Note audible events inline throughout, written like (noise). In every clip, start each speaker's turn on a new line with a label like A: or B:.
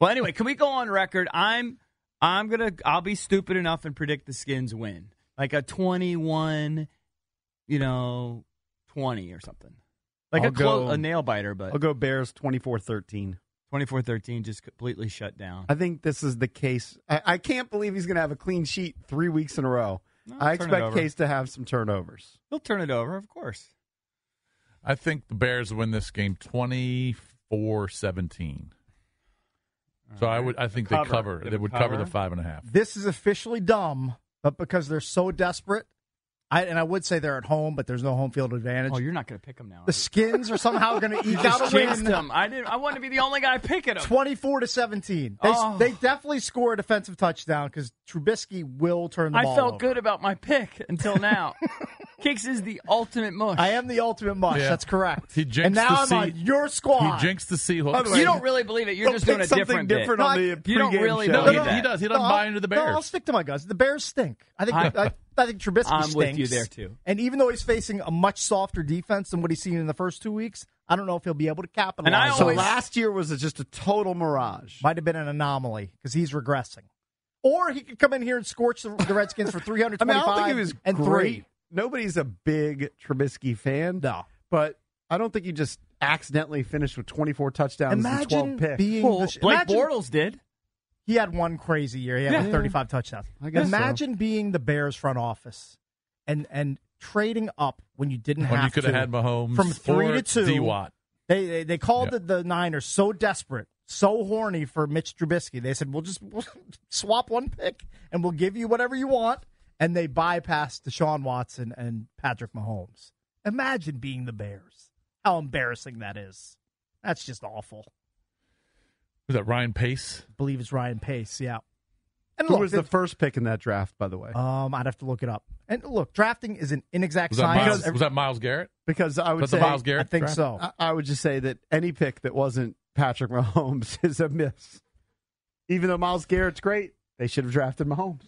A: Well, anyway, can we go on record? I'm I'm gonna I'll be stupid enough and predict the Skins win, like a 21, you know, 20 or something, like
B: I'll
A: a clo-
B: go-
A: a nail biter, but
B: I'll go Bears 24 13.
A: 24-13 just completely shut down.
B: I think this is the case. I, I can't believe he's going to have a clean sheet three weeks in a row.
A: No, turn
B: I
A: it
B: expect
A: over.
B: Case to have some turnovers.
A: He'll turn it over, of course.
C: I think the Bears win this game 24 17. So I would, I think
A: Cover.
C: they cover.
A: They
C: They,
A: would
C: would cover the
A: cover.
C: five and a half.
D: This is officially dumb, but because they're so desperate, I and I would say they're at home, but there's no home field advantage.
A: Oh, you're not gonna pick him now.
D: the Skins are
C: (laughs)
D: somehow going to eke out a
A: jinxed
D: win,
A: him. I didn't. I want to be the only guy picking him.
D: twenty-four to seventeen. They
A: Oh.
D: they definitely score a defensive touchdown because Trubisky will turn the
A: I
D: ball.
A: felt
D: over.
A: good about my pick until
B: (laughs)
A: now. Kicks is the ultimate mush.
D: I am the ultimate mush.
C: Yeah.
D: That's correct.
C: He jinxed
D: and now
C: the
D: I'm on
C: seat.
D: your squad.
C: He jinxed the Seahawks.
B: the way,
A: You don't really believe it. You're just doing a
B: something
A: different, bit.
B: different on the
A: You don't
B: pregame
A: really
B: show.
C: no,
A: believe
C: he, he
A: that.
C: does. He doesn't
D: No,
C: buy into the
D: no, I'll
C: Bears.
D: stick to my guns. The Bears stink. I think
A: I-
D: I, I, think Trubisky
A: I'm
D: stinks.
A: with you there, too.
D: And even though he's facing a much softer defense than what he's seen in the first two weeks, I don't know if he'll be able to capitalize.
A: And I
D: on
B: So
A: always-
D: that.
B: last year was just a total mirage.
D: might have been an anomaly because he's regressing. Or he could come in here and scorch the, the Redskins for
B: I
D: 325
B: mean, I don't think he was
D: and
B: great.
D: three.
B: Nobody's a big Trubisky fan.
D: No.
B: But I don't think he just accidentally finished with 24 touchdowns and 12
D: Imagine
B: picks.
D: being
A: Well,
D: the sh-
A: Blake
D: imagine-
A: Bortles did.
D: He had one crazy year. He had like 35 touchdowns.
B: I guess so.
D: Imagine being the Bears front office and and trading up when you didn't
C: When
D: have
C: you could
D: to.
C: have had Mahomes
D: from three
C: or
D: to two.
C: D Watt.
D: They they, they called
C: Yeah.
D: the, the Niners so desperate, so horny for Mitch Trubisky. They said, "We'll just we'll (laughs) swap one pick and we'll give you whatever you want." And they bypassed Deshaun Watson and Patrick Mahomes. Imagine being the Bears. How embarrassing that is. That's just awful.
C: Was that Ryan Pace?
D: I believe it's Ryan Pace. Yeah. And
B: Who
D: look,
B: was the first pick in that draft, by the way?
D: um, I'd have to look it up. And look, drafting is an inexact
C: Was that
D: science.
C: Miles, was that Miles Garrett?
B: Because I would
C: Was that
B: say,
C: the Miles Garrett?
D: I think
C: draft?
D: so.
B: I, I would just say that any pick that wasn't Patrick Mahomes (laughs) is a miss. Even though Miles Garrett's great, they should have drafted Mahomes.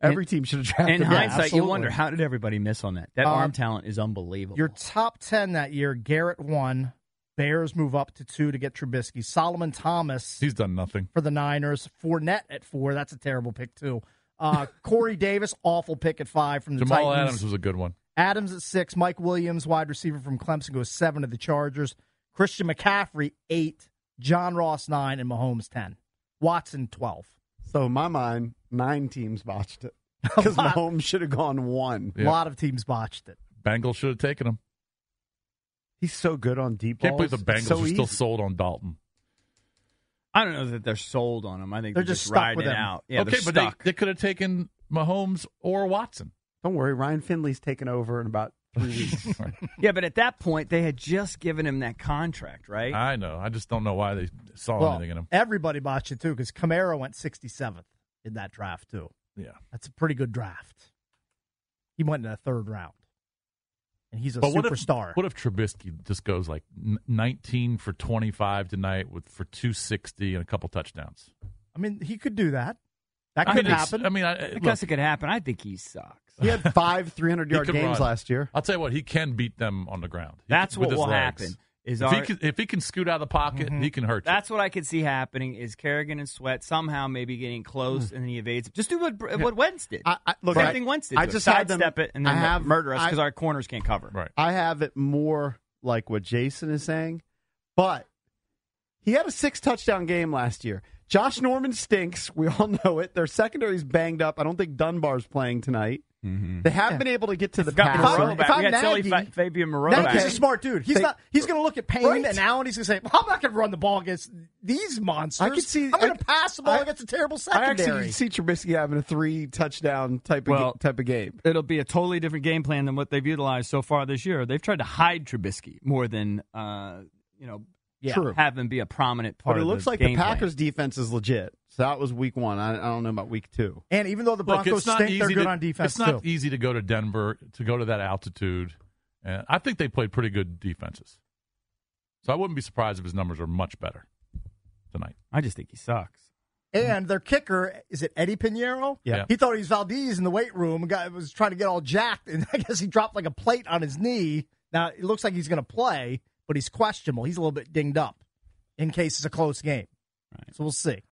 B: Every team should have
A: In
B: drafted Mahomes.
A: hindsight, you
D: absolutely.
A: wonder how did everybody miss on that? That
D: Um,
A: arm talent is unbelievable.
D: Your top 10 that year, Garrett won. Bears move up to two to get Trubisky. Solomon Thomas
C: He's done nothing.
D: for the Niners. Fournette at four. That's a terrible pick, too.
C: (laughs)
D: Uh, Corey Davis, awful pick at five from the
C: Jamal
D: Titans.
C: Adams was a good one.
D: Adams at six. Mike Williams, wide receiver from Clemson, goes seven to the Chargers. Christian McCaffrey, eight. John Ross, nine. And Mahomes, 10. Watson, 12.
B: So in my mind, nine teams
A: (laughs)
B: botched it. Because
D: lot.
B: Mahomes should have gone one.
D: A
C: Yeah.
D: lot of teams botched it.
C: Bengals should have taken him.
B: He's so good on deep
C: Can't
B: balls.
C: believe the Bengals
B: It's so
C: are still
B: easy.
C: sold on Dalton.
A: I don't know that they're sold on him. I think
D: They're
A: they're,
D: just
A: just,
D: stuck
A: riding
D: with
A: it
D: him.
A: out. Yeah,
C: okay,
A: they're
C: but
A: stuck.
C: they, they could have taken Mahomes or
D: (laughs)
C: Watson.
B: Don't worry, Ryan Finley's taking over in about three weeks.
A: yeah, but at that point, they had just given him that contract, right?
C: I know. I just don't know why they saw
D: Well,
C: anything in him.
D: everybody botched it, too, because Camaro went 67th in that draft, too.
C: Yeah.
D: That's a pretty good draft. He went in the third round, and he's a
C: what if-
D: superstar.
C: What if, Trubisky just goes like n- 19 for 25 tonight with for 260 and a couple touchdowns?
D: I mean, he could do that. That
C: I
D: could
C: mean, it's-
D: happen.
C: I mean, I,
A: I
C: look,
A: guess it could happen. I think he sucks.
B: he
C: (laughs)
B: had five 300
C: he
B: yard
C: could
B: games
C: run.
B: last year.
C: I'll tell you what, he can beat them on the ground. He
A: That's
C: can- with
A: what
C: his
A: will
C: legs.
A: happen. Is
C: If,
A: our,
C: he can, if he can scoot out of the pocket,
D: Mm-hmm.
C: he can hurt
A: That's what I could see happening is Kerrigan and Sweat somehow maybe getting close and then he evades. Just do what what Wentz did.
B: I, I, look,
A: Same
B: I,
A: thing Wentz did.
B: I
A: to us.
B: just had them-
A: sidestep it and then
B: I have-
A: murder us
B: I-
A: because our corners can't cover.
C: you. Right.
B: I have it more like what Jason is saying, but he had a six touchdown game last year. Josh Norman stinks. We all know it. Their secondary's banged up. I don't think Dunbar's playing tonight. They haven't been able to get to the
A: Got
D: If I'm-
A: Moreau
B: passer.
A: back.
D: if
A: we
D: I'm
A: got silly
D: Nagy-
A: Fa- Fabian Moreau back.
D: Nagy's a smart dude. He's
B: They-
D: not. He's going to look at Payne
B: Right.
D: and Allen. He's going to say, "Well, "I'm not going to run the ball against these monsters.
B: I could see-
D: I'm going
B: I-
D: to pass the ball
B: I-
D: against a terrible
B: I
D: secondary."
B: actually see Trubisky having a three touchdown type of
A: Well-
B: ga- type of game.
A: It'll be a totally different game plan than what they've utilized so far this year. They've tried to hide Trubisky more than uh, you know
D: Yeah.
B: True.
A: have him be a prominent part.
B: But it
A: of
B: looks like the
A: game plan.
B: Packers defense is legit. So that was week one. I, I don't know about week two.
D: and even though the
C: Look,
D: Broncos
C: it's not
D: stink,
C: easy
D: they're good
C: to,
D: on defense
C: It's not
D: too.
C: easy to go to Denver to go to that altitude, and I think they played pretty good defenses. So I wouldn't be surprised if his numbers are much better tonight.
A: I just think he sucks.
D: Mm-hmm. And their kicker is it Eddie Pinheiro?
C: Yeah.
D: He thought he was Valdez in the weight room. Guy was trying to get all jacked, and (laughs) I guess he dropped like a plate on his knee. Now it looks like he's going to play, but he's questionable. He's a little bit dinged up in case it's a close game. So we'll see.